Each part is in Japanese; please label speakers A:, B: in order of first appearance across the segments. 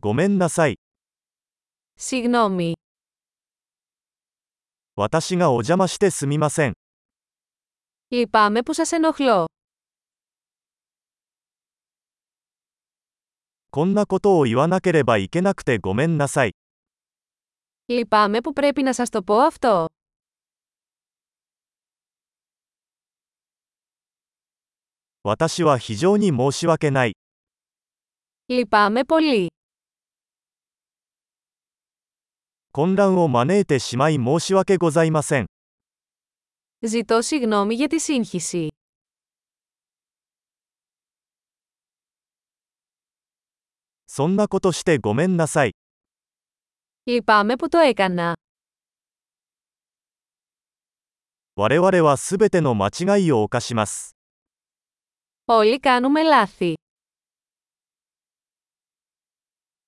A: ごめんなさい。
B: Συγγνώμη.
A: 私がお邪魔してすみません。
B: Λυπάμαι που σας ενοχλώ.
A: こんなことを言わなければいけなくてごめんなさい。
B: Λυπάμαι που πρέπει να σας το πω αυτό.
A: 私は非常に申し訳ない。
B: Λυπάμαι πολύ.
A: 混乱を招いてしまい申し訳ございません。
B: Ζητώ συγγνώμη για τη σύγχυση.
A: そんなことしてごめんなさい。
B: Λυπάμαι που το έκανα.
A: 我々はすべての間違いを犯します。
B: Όλοι κάνουμε λάθη.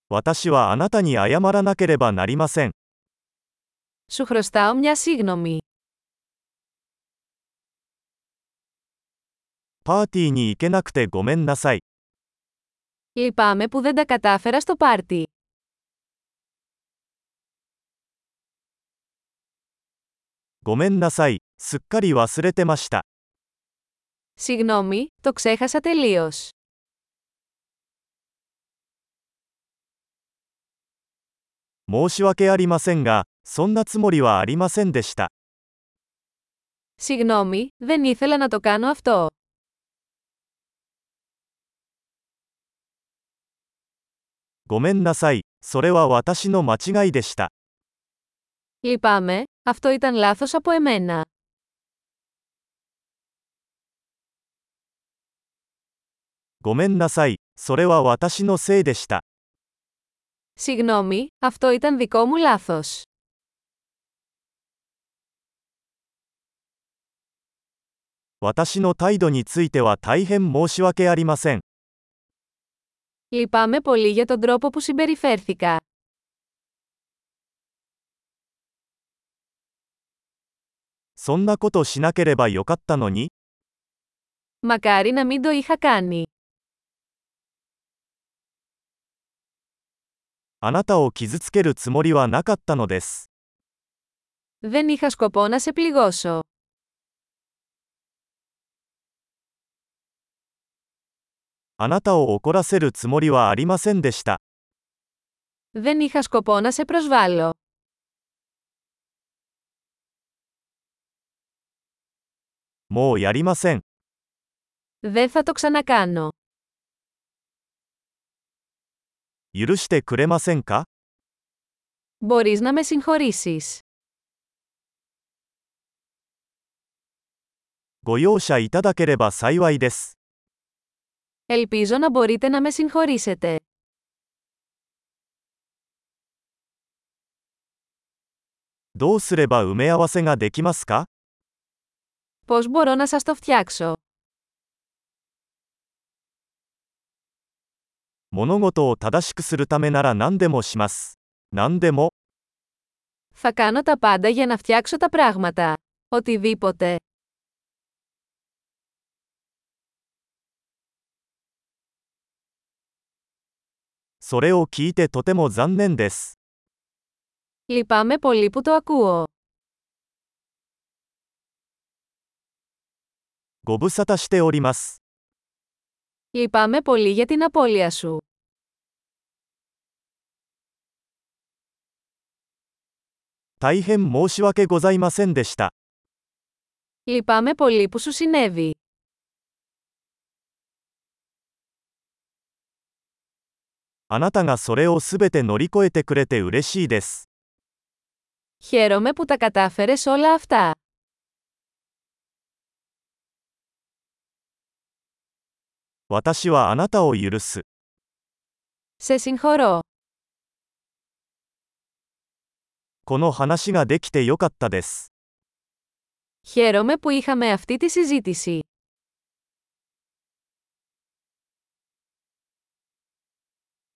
A: 私はあなたに謝らなければなりません。
B: Σου χρωστάω μια σύγγνωμη.
A: パーティーに行けなくてごめんなさい。
B: Λυπάμαι που δεν τα κατάφερα στο πάρτι.
A: ごめんなさい。すっかり忘れてました。
B: Συγγνώμη, το ξέχασα τελείως.
A: 申し訳ありませんが、そんなつもりはありませんでした。
B: Συγγνώμη, δεν ήθελα να το κάνω αυτό.
A: ごめんなさい。それは私の間違いでした。
B: Λυπάμαι, αυτό ήταν λάθος από εμένα.
A: ごめんなさい。それは私のせいでした。
B: Συγγνώμη, αυτό ήταν δικό μου λάθος.
A: 私の態度については大変申し訳ありません。
B: Λυπάμαι πολύ για τον τρόπο που συμπεριφέρθηκα.
A: そんなことしなければよかったのに、
B: Μακάρι να μην το είχα κάνει.
A: あなたを傷つけるつもりはなかったのです。
B: Δεν είχα σκοπό να σε πληγώσω.
A: あなたを怒らせるつもりはありませんでした。
B: Δεν είχα σκοπό να σε προσβάλλω.
A: もうやりません。
B: Δεν θα το ξανακάνω.
A: 許してくれませんか
B: Μπορείς να με συγχωρήσεις.
A: ご容赦いただければ幸いです。
B: Ελπίζω να μπορείτε να με συγχωρήσετε.
A: どうすれば埋め合わせができますか
B: Πώς μπορώ να σας το φτιάξω.
A: 物事を正しくするためなら何でもします。何でも、
B: Θα κάνω τα πάντα για να φτιάξω τα πράγματα. Οτιδήποτε.
A: それを聞いてとても残念です。
B: Λυπάμαι πολύ που το ακούω.
A: ご無沙汰しております。
B: Λυπάμαι πολύ για την απώλεια σου.
A: 大変申し訳ございませんでした。
B: Λυπάμαι πολύ που σου συνέβη.
A: あなたがそれをすべて乗り越えてくれて嬉しいです。
B: Χαίρομαι που τα κατάφερες όλα αυτά.
A: 私はあなたを許す。
B: Σε συγχωρώ.
A: この話ができてよかったです。
B: Χαίρομαι που είχαμε αυτή τη συζήτηση.